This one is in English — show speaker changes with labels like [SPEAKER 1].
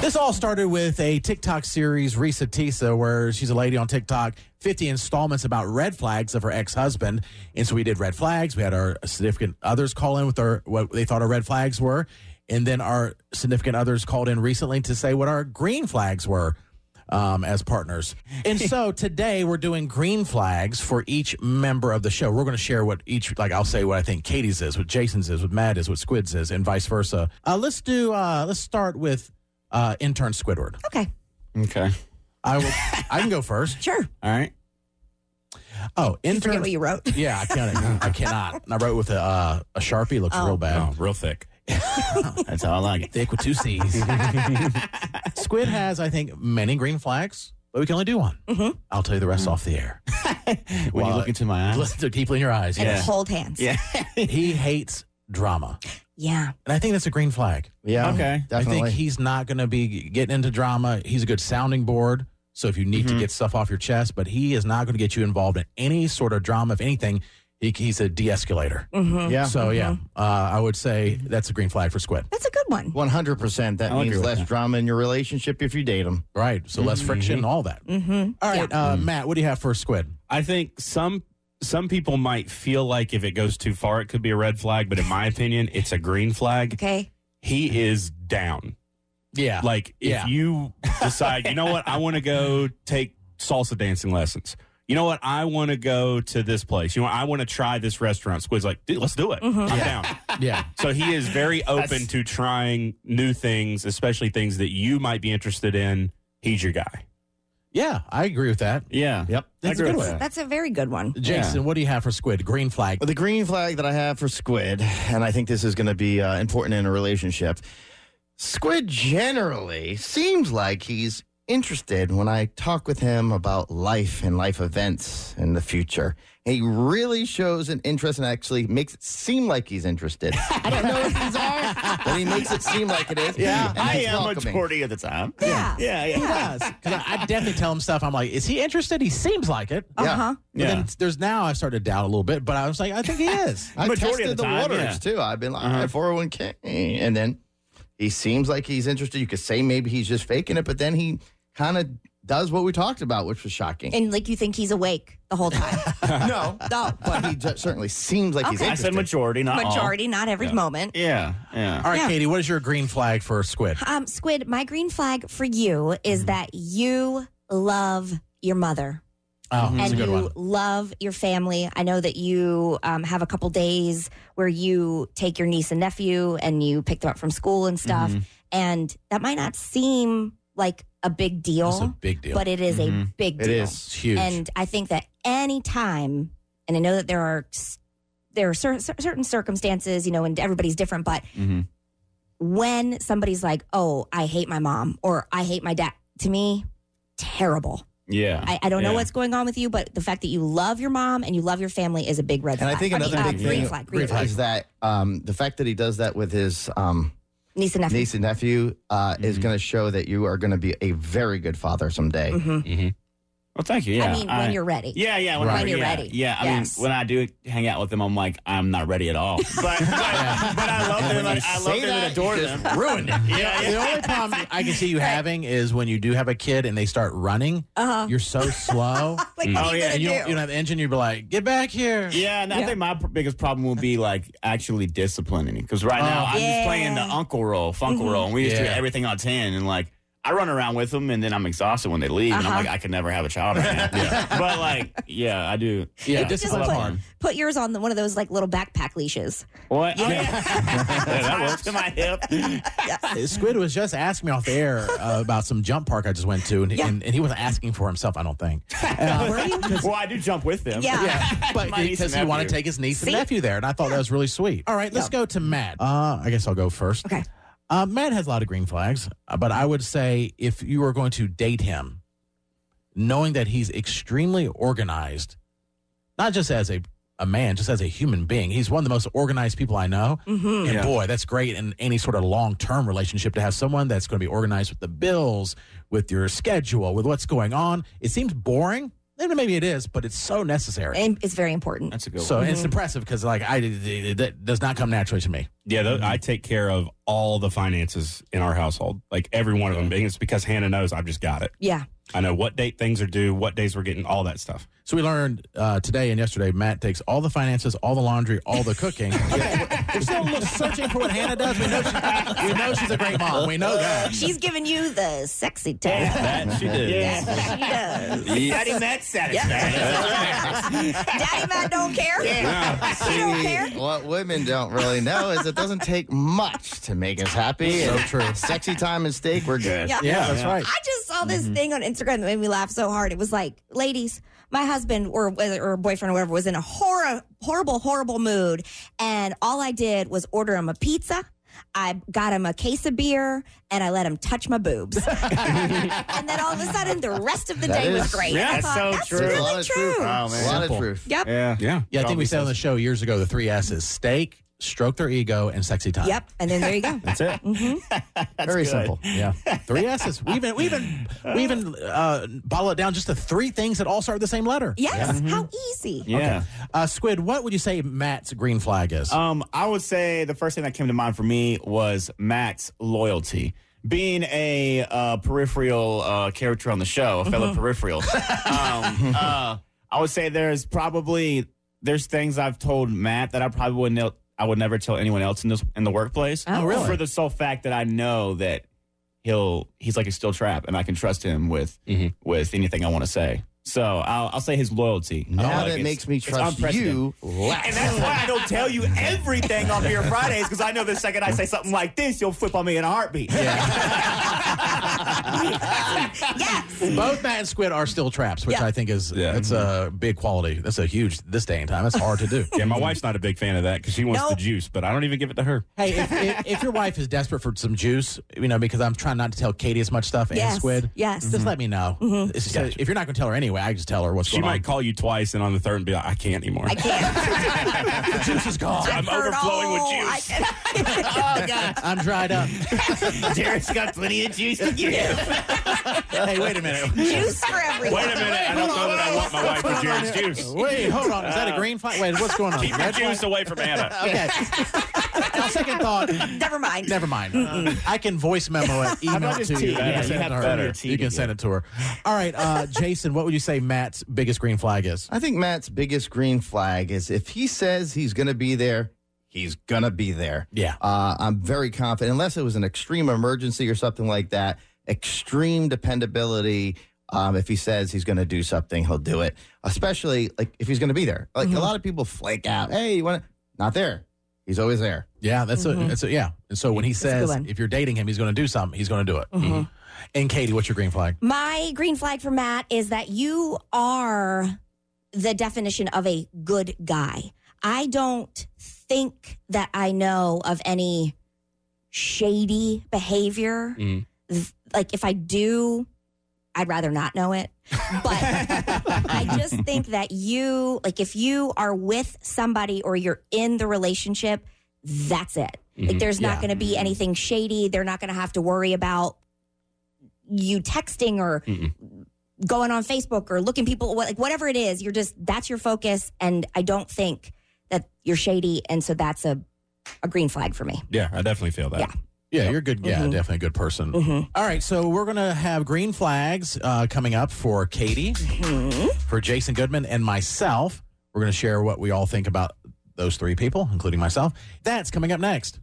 [SPEAKER 1] This all started with a TikTok series, Risa Tisa, where she's a lady on TikTok, 50 installments about red flags of her ex husband. And so we did red flags. We had our significant others call in with our, what they thought our red flags were. And then our significant others called in recently to say what our green flags were um, as partners. And so today we're doing green flags for each member of the show. We're going to share what each, like I'll say what I think Katie's is, what Jason's is, what Matt is, what Squid's is, and vice versa. Uh, let's do, uh, let's start with uh, intern Squidward.
[SPEAKER 2] Okay,
[SPEAKER 3] Okay.
[SPEAKER 1] I will. I can go first.
[SPEAKER 2] sure.
[SPEAKER 3] All right.
[SPEAKER 1] Oh,
[SPEAKER 2] Forget
[SPEAKER 1] intern.
[SPEAKER 2] what you wrote.
[SPEAKER 1] Yeah, I can't. I cannot. And I wrote with a uh, a sharpie. Looks
[SPEAKER 2] Oh.
[SPEAKER 1] real bad.
[SPEAKER 3] Oh, real thick. That's how I like it.
[SPEAKER 1] Thick with two C's. Squid has, I think, many green flags, but we can only do one.
[SPEAKER 2] Mhm.
[SPEAKER 1] I'll tell you the rest off the air.
[SPEAKER 3] When you
[SPEAKER 1] Well,
[SPEAKER 3] look into my eyes.
[SPEAKER 1] Look look deeply in your eyes.
[SPEAKER 2] And
[SPEAKER 1] Yes.
[SPEAKER 2] hold hands.
[SPEAKER 3] Yeah.
[SPEAKER 1] he hates drama,
[SPEAKER 2] Yeah.
[SPEAKER 1] and I think that's a green flag.
[SPEAKER 4] Yeah.
[SPEAKER 3] Okay.
[SPEAKER 4] Definitely.
[SPEAKER 1] I think he's not going to be getting into drama. He's a good sounding board. So if you need to
[SPEAKER 2] Mm-hmm.
[SPEAKER 3] Mhm.
[SPEAKER 1] get stuff off your chest, but he is not going to get you involved in any sort of drama. If anything, he, he's a de-escalator.
[SPEAKER 2] Mm-hmm.
[SPEAKER 4] yeah.
[SPEAKER 1] So yeah, uh, I would say that's a green flag for Squid.
[SPEAKER 2] That's a good one.
[SPEAKER 4] One hundred percent. That
[SPEAKER 3] I'll agree
[SPEAKER 4] means
[SPEAKER 3] with
[SPEAKER 4] less
[SPEAKER 3] that.
[SPEAKER 4] drama in your relationship if you date them.
[SPEAKER 1] Right. So less
[SPEAKER 3] Mhm.
[SPEAKER 1] friction, all that.
[SPEAKER 2] Mm-hmm.
[SPEAKER 1] All right, uh, Matt, what do you have for Squid?
[SPEAKER 3] I think some some people might feel like if it goes too far, it could be a red flag, but in my opinion, it's a green flag.
[SPEAKER 2] Okay.
[SPEAKER 3] He is down.
[SPEAKER 1] Yeah.
[SPEAKER 3] Like if
[SPEAKER 1] Yeah.
[SPEAKER 3] you decide, you know what, I want to go take salsa dancing lessons. You know what, I want to go to this place. You know, what, I want to try this restaurant. Squid's like, dude, let's do it.
[SPEAKER 2] Mm-hmm.
[SPEAKER 3] I'm down.
[SPEAKER 1] Mm-hmm. yeah.
[SPEAKER 3] So he is very open to trying new things, especially things that you might be interested in. He's your guy.
[SPEAKER 1] Yeah, I agree with that.
[SPEAKER 3] Yeah.
[SPEAKER 4] Yep.
[SPEAKER 1] That's a
[SPEAKER 3] agree
[SPEAKER 1] good
[SPEAKER 3] with
[SPEAKER 1] one.
[SPEAKER 2] That's a very good one.
[SPEAKER 1] Jason, what do you have for Squid? Green flag.
[SPEAKER 4] Well, the green flag that I have for Squid, and I think this is going to be uh, important in a relationship. Squid generally seems like he's interested when I talk with him about life and life events in the future. He really shows an interest and actually makes it seem like he's interested. I don't know if he's are, but he makes it seem like it is.
[SPEAKER 3] Yeah,
[SPEAKER 4] and
[SPEAKER 3] I
[SPEAKER 4] he's
[SPEAKER 3] am a
[SPEAKER 4] welcoming.
[SPEAKER 3] sporty at the time.
[SPEAKER 2] Yeah.
[SPEAKER 3] Yeah, yeah.
[SPEAKER 1] He does. 'Cause I, I definitely tell him stuff. I'm like, is he interested? He seems like it.
[SPEAKER 2] Uh huh.
[SPEAKER 1] But then there's now I started to doubt a little bit, but I was like, I think he is.
[SPEAKER 4] I
[SPEAKER 3] Majority of
[SPEAKER 4] tested
[SPEAKER 3] the
[SPEAKER 4] the,
[SPEAKER 3] time,
[SPEAKER 4] waters
[SPEAKER 3] yeah.
[SPEAKER 4] too. I've been like
[SPEAKER 3] Uh-huh.
[SPEAKER 4] "All right, 401k, and then he seems like he's interested. You could say maybe he's just faking it, but then he kind of does what we talked about, which was shocking.
[SPEAKER 2] And like you think he's awake the whole time.
[SPEAKER 4] no,
[SPEAKER 2] no.
[SPEAKER 4] but he ju- certainly seems like he's
[SPEAKER 2] Okay. I
[SPEAKER 4] interested.
[SPEAKER 3] majority, not
[SPEAKER 2] Majority, not every moment.
[SPEAKER 3] Yeah, yeah.
[SPEAKER 1] All right,
[SPEAKER 2] Yeah.
[SPEAKER 1] Katie, what is your green flag for Squid?
[SPEAKER 2] Um, Squid, my green flag for you is that you love your mother
[SPEAKER 1] Oh, that's a
[SPEAKER 2] and
[SPEAKER 1] good
[SPEAKER 2] you
[SPEAKER 1] one.
[SPEAKER 2] love your family. I know that you um, have a couple days where you take your niece and nephew and you pick them up from school and stuff.
[SPEAKER 3] Mhm.
[SPEAKER 2] And that might not seem like a big deal,
[SPEAKER 1] It's a big deal.
[SPEAKER 2] but it is a
[SPEAKER 3] Mhm.
[SPEAKER 2] big
[SPEAKER 4] It
[SPEAKER 2] deal.
[SPEAKER 4] is.
[SPEAKER 1] It's huge.
[SPEAKER 2] And I think that any time, and I know that there are s- there are cer- cer- certain circumstances, you know, and everybody's different, but
[SPEAKER 3] Mhm.
[SPEAKER 2] when somebody's like, "Oh, I hate my mom" or "I hate my dad," to me, terrible.
[SPEAKER 3] Yeah.
[SPEAKER 2] I, I don't know
[SPEAKER 3] Ah, Yeah.
[SPEAKER 2] what's going on with you, but the fact that you love your mom and you love your family is a big red
[SPEAKER 4] And
[SPEAKER 2] flag.
[SPEAKER 4] I think
[SPEAKER 2] mean,
[SPEAKER 4] another
[SPEAKER 2] uh,
[SPEAKER 4] big
[SPEAKER 2] green
[SPEAKER 4] thing-
[SPEAKER 2] flag, green flag.
[SPEAKER 4] is that um, the fact that he does that with his um,
[SPEAKER 2] niece and nephew.
[SPEAKER 4] niece and nephew uh, is
[SPEAKER 3] Mhm.
[SPEAKER 4] going to show that you are going to be a very good father someday.
[SPEAKER 2] Mhm.
[SPEAKER 3] Well, thank you. Yeah.
[SPEAKER 2] I mean, when you're ready.
[SPEAKER 3] Yeah, yeah.
[SPEAKER 1] Right.
[SPEAKER 3] I'm
[SPEAKER 2] When you're
[SPEAKER 3] yeah,
[SPEAKER 2] ready.
[SPEAKER 3] Yeah. I
[SPEAKER 2] Yes.
[SPEAKER 3] mean, when I do hang out with them, I'm like, I'm not ready at all. But, but, but I love them. Like, I love
[SPEAKER 4] Say
[SPEAKER 3] them and
[SPEAKER 4] that,
[SPEAKER 3] adore
[SPEAKER 4] you
[SPEAKER 3] them.
[SPEAKER 4] just ruined it.
[SPEAKER 3] Yeah,
[SPEAKER 1] the only problem I can see you having is when you do have a kid and they start running,
[SPEAKER 2] Uh-huh.
[SPEAKER 1] you're so slow.
[SPEAKER 2] Like,
[SPEAKER 3] Mm.
[SPEAKER 2] what
[SPEAKER 3] Oh,
[SPEAKER 2] are you
[SPEAKER 3] yeah,
[SPEAKER 2] gonna
[SPEAKER 1] and you
[SPEAKER 2] do?
[SPEAKER 1] don't, you don't have the engine, you'd be like, get back here.
[SPEAKER 3] Yeah, and I
[SPEAKER 2] Yeah.
[SPEAKER 3] think my pr- biggest problem will be like actually disciplining because right now
[SPEAKER 1] Oh.
[SPEAKER 3] I'm just playing the
[SPEAKER 2] Yeah.
[SPEAKER 3] uncle role, funkle
[SPEAKER 2] Mhm.
[SPEAKER 3] role, and we just do
[SPEAKER 1] Yeah.
[SPEAKER 3] everything on ten. And like I run around with them, and then I'm exhausted when they leave, and I'm
[SPEAKER 2] Uh-huh.
[SPEAKER 3] like, I could never have a child right now. But like, yeah, I do.
[SPEAKER 1] Yeah,
[SPEAKER 3] I
[SPEAKER 1] just
[SPEAKER 3] love
[SPEAKER 2] put-
[SPEAKER 3] them.
[SPEAKER 2] Put yours on the, one of those like little backpack leashes.
[SPEAKER 3] What? Oh, Yeah. Yeah, that works. To my hip.
[SPEAKER 1] Uh, Squid was just asking me off the air uh, about some jump park I just went to, and,
[SPEAKER 2] Yeah.
[SPEAKER 1] and, and he wasn't asking for himself, I don't think. Uh,
[SPEAKER 2] Were you?
[SPEAKER 3] well, I do jump with them.
[SPEAKER 2] Yeah.
[SPEAKER 1] but
[SPEAKER 3] My niece
[SPEAKER 1] because
[SPEAKER 3] and
[SPEAKER 1] he wanted to
[SPEAKER 3] nephew.
[SPEAKER 1] take his niece
[SPEAKER 2] See?
[SPEAKER 1] and nephew there, and I thought that was really sweet. All right, let's go to Matt. Uh, I guess I'll go first.
[SPEAKER 2] Okay.
[SPEAKER 1] Uh, Matt has a lot of green flags, uh, but I would say if you are going to date him, knowing that he's extremely organized, not just as a, a man, just as a human being, he's one of the most organized people I know.
[SPEAKER 2] Mm-hmm.
[SPEAKER 1] And
[SPEAKER 3] Yeah.
[SPEAKER 1] boy, that's great in any sort of long term relationship to have someone that's going to be organized with the bills, with your schedule, with what's going on. It seems boring. And maybe it is, but it's so necessary.
[SPEAKER 2] And it's very important.
[SPEAKER 3] That's a good
[SPEAKER 1] so
[SPEAKER 3] one.
[SPEAKER 1] and it's impressive because like I that does not come naturally to me.
[SPEAKER 5] Yeah, tho- I take care of all the finances in our household, like every one of them. And it's because Hannah knows I've just got it.
[SPEAKER 2] Yeah.
[SPEAKER 5] I know what date things are due, what days we're getting, all that stuff.
[SPEAKER 1] So we learned uh, today and yesterday. Matt takes all the finances, all the laundry, all the cooking. We're still searching for what Hannah does. We know, she, we know she's a great mom. We know that.
[SPEAKER 2] She's giving you the sexy time.
[SPEAKER 5] That she did.
[SPEAKER 2] That's what she does.
[SPEAKER 3] Daddy Matt satisfied.
[SPEAKER 2] Daddy Matt don't care.
[SPEAKER 5] Yeah.
[SPEAKER 2] She don't care.
[SPEAKER 4] What women don't really know is it doesn't take much to make us happy.
[SPEAKER 1] So
[SPEAKER 4] And
[SPEAKER 1] true.
[SPEAKER 4] Sexy time and steak, we're good.
[SPEAKER 2] Yeah.
[SPEAKER 1] Yeah, that's right.
[SPEAKER 2] I just saw this thing on Instagram that made me laugh so hard. It was like, ladies, my husband or or boyfriend or whatever was in a horror, horrible, horrible mood, and all I did was order him a pizza. I got him a case of beer and I let him touch my boobs. and then all of a sudden, the rest of the
[SPEAKER 4] That
[SPEAKER 2] day was
[SPEAKER 4] is-
[SPEAKER 2] great.
[SPEAKER 3] yeah,
[SPEAKER 2] I
[SPEAKER 3] that's so
[SPEAKER 2] that's
[SPEAKER 3] true.
[SPEAKER 4] There's a
[SPEAKER 2] really
[SPEAKER 4] lot of
[SPEAKER 2] true.
[SPEAKER 4] truth. A lot of
[SPEAKER 1] Simple.
[SPEAKER 4] truth.
[SPEAKER 2] Yep.
[SPEAKER 3] Yeah.
[SPEAKER 5] Yeah.
[SPEAKER 1] Yeah, I
[SPEAKER 4] Don't
[SPEAKER 1] think
[SPEAKER 4] be
[SPEAKER 1] we said on the
[SPEAKER 4] sus.
[SPEAKER 1] show years ago the three S's: steak, stroke their ego, and sexy time.
[SPEAKER 2] Yep. And then there you go.
[SPEAKER 5] That's it.
[SPEAKER 2] hmm
[SPEAKER 4] Very
[SPEAKER 3] good.
[SPEAKER 4] simple.
[SPEAKER 1] Yeah, three S's. We even we even we even uh, bottle it down just to three things that all start with the same letter.
[SPEAKER 2] Yes. How easy.
[SPEAKER 3] Yeah.
[SPEAKER 1] Uh, Squid, what would you say Matt's green flag is?
[SPEAKER 3] Um, I would say the first thing that came to mind for me was Matt's loyalty. Being a uh, peripheral uh, character on the show, a fellow peripheral, um, uh, I would say there's probably there's things I've told Matt that I probably wouldn't el- I would never tell anyone else in this in the workplace.
[SPEAKER 2] Oh,
[SPEAKER 1] really?
[SPEAKER 3] For the sole fact that I know that he'll he's like a steel trap, and I can trust him with
[SPEAKER 4] Mm-hmm.
[SPEAKER 5] Mhm.
[SPEAKER 3] with anything I want to say. So I'll, I'll say his loyalty. I don't
[SPEAKER 4] Now
[SPEAKER 3] like
[SPEAKER 4] that
[SPEAKER 3] it.
[SPEAKER 4] makes me
[SPEAKER 3] It's
[SPEAKER 4] trust
[SPEAKER 3] unprecedented.
[SPEAKER 4] you less.
[SPEAKER 3] And that's why I don't tell you everything on Beer Fridays because I know the second I say something like this, you'll flip on me in a heartbeat.
[SPEAKER 2] Yes.
[SPEAKER 1] Both Matt and Squid are still traps, which
[SPEAKER 2] Yeah.
[SPEAKER 1] I think is
[SPEAKER 5] Yeah.
[SPEAKER 1] that's a big quality. That's a huge this day and time. It's hard to do.
[SPEAKER 5] Yeah, my wife's not a big fan of that because she wants the
[SPEAKER 2] Nope.
[SPEAKER 5] juice, but I don't even give it to her.
[SPEAKER 1] Hey, if, if, if your wife is desperate for some juice, you know, because I'm trying not to tell Katie as much stuff
[SPEAKER 2] Yes.
[SPEAKER 1] and Squid,
[SPEAKER 2] Yes. Mm-hmm.
[SPEAKER 1] just let me know. It's just- if you're not going to tell her anyway, I just tell her what's
[SPEAKER 5] She
[SPEAKER 1] going
[SPEAKER 5] might call you twice and on the third and be like, I can't anymore.
[SPEAKER 2] I can't.
[SPEAKER 1] on. The juice is gone.
[SPEAKER 5] I'm overflowing with juice.
[SPEAKER 3] oh, God.
[SPEAKER 1] I'm dried up.
[SPEAKER 3] Derek's got plenty of juice to give.
[SPEAKER 1] hey, wait a minute.
[SPEAKER 2] juice for everyone.
[SPEAKER 5] Wait a minute. I don't know that I want my wife to drink juice.
[SPEAKER 1] Wait, hold on. Is that a green flag? Wait, what's going on?
[SPEAKER 5] Keep your
[SPEAKER 1] Red flag?
[SPEAKER 5] juice away from Anna.
[SPEAKER 1] Okay. On second thought,
[SPEAKER 2] Never mind.
[SPEAKER 1] never mind. I can voice memo it, email
[SPEAKER 3] about
[SPEAKER 1] it
[SPEAKER 3] just
[SPEAKER 1] to
[SPEAKER 3] tea?
[SPEAKER 1] you.
[SPEAKER 3] Yeah,
[SPEAKER 1] can
[SPEAKER 3] you
[SPEAKER 1] send it
[SPEAKER 3] have
[SPEAKER 1] to her.
[SPEAKER 3] plenty of tea
[SPEAKER 1] You
[SPEAKER 3] to
[SPEAKER 1] can send it to her. All right, uh, Jason, what would you say Matt's biggest green flag is?
[SPEAKER 4] I think Matt's biggest green flag is if he says he's going to be there, he's going to be there.
[SPEAKER 1] Yeah.
[SPEAKER 4] Uh, I'm very confident, unless it was an extreme emergency or something like that. Extreme dependability. Um, if he says he's going to do something, he'll do it. Especially like if he's going to be there. Like
[SPEAKER 3] Mm-hmm.
[SPEAKER 4] a lot of people flake out. Hey, you want to? Not there. He's always there.
[SPEAKER 1] Yeah, that's a,
[SPEAKER 2] Mhm.
[SPEAKER 1] that's a, yeah. And so when he
[SPEAKER 2] That's a good
[SPEAKER 1] says
[SPEAKER 2] one.
[SPEAKER 1] if you're dating him, he's going to do something, he's going to do it. Mm-hmm.
[SPEAKER 2] Mhm.
[SPEAKER 1] And Katie, what's your green flag?
[SPEAKER 2] My green flag for Matt is that you are the definition of a good guy. I don't think that I know of any shady behavior.
[SPEAKER 1] Mm.
[SPEAKER 5] Mhm.
[SPEAKER 2] Th- Like if I do, I'd rather not know it. But I just think that you, like, if you are with somebody or you're in the relationship, that's it. Like,
[SPEAKER 5] Mhm.
[SPEAKER 2] there's
[SPEAKER 1] Mm-hmm.
[SPEAKER 2] not
[SPEAKER 1] Yeah.
[SPEAKER 2] going to be anything shady. They're not going to have to worry about you texting or
[SPEAKER 5] Mm-mm.
[SPEAKER 2] going on Facebook or looking people, what- like, whatever it is. You're just, that's your focus. And I don't think that you're shady. And so that's a, a green flag for me.
[SPEAKER 5] Yeah, I definitely feel that.
[SPEAKER 2] Yeah.
[SPEAKER 1] Yeah, you're a good. Yeah,
[SPEAKER 2] Mhm.
[SPEAKER 1] definitely a good person.
[SPEAKER 2] Mhm.
[SPEAKER 1] All right, so we're going to have green flags uh, coming up for Katie.
[SPEAKER 2] Mm-hmm.
[SPEAKER 1] for Jason Goodman and myself. We're going to share what we all think about those three people, including myself. That's coming up next.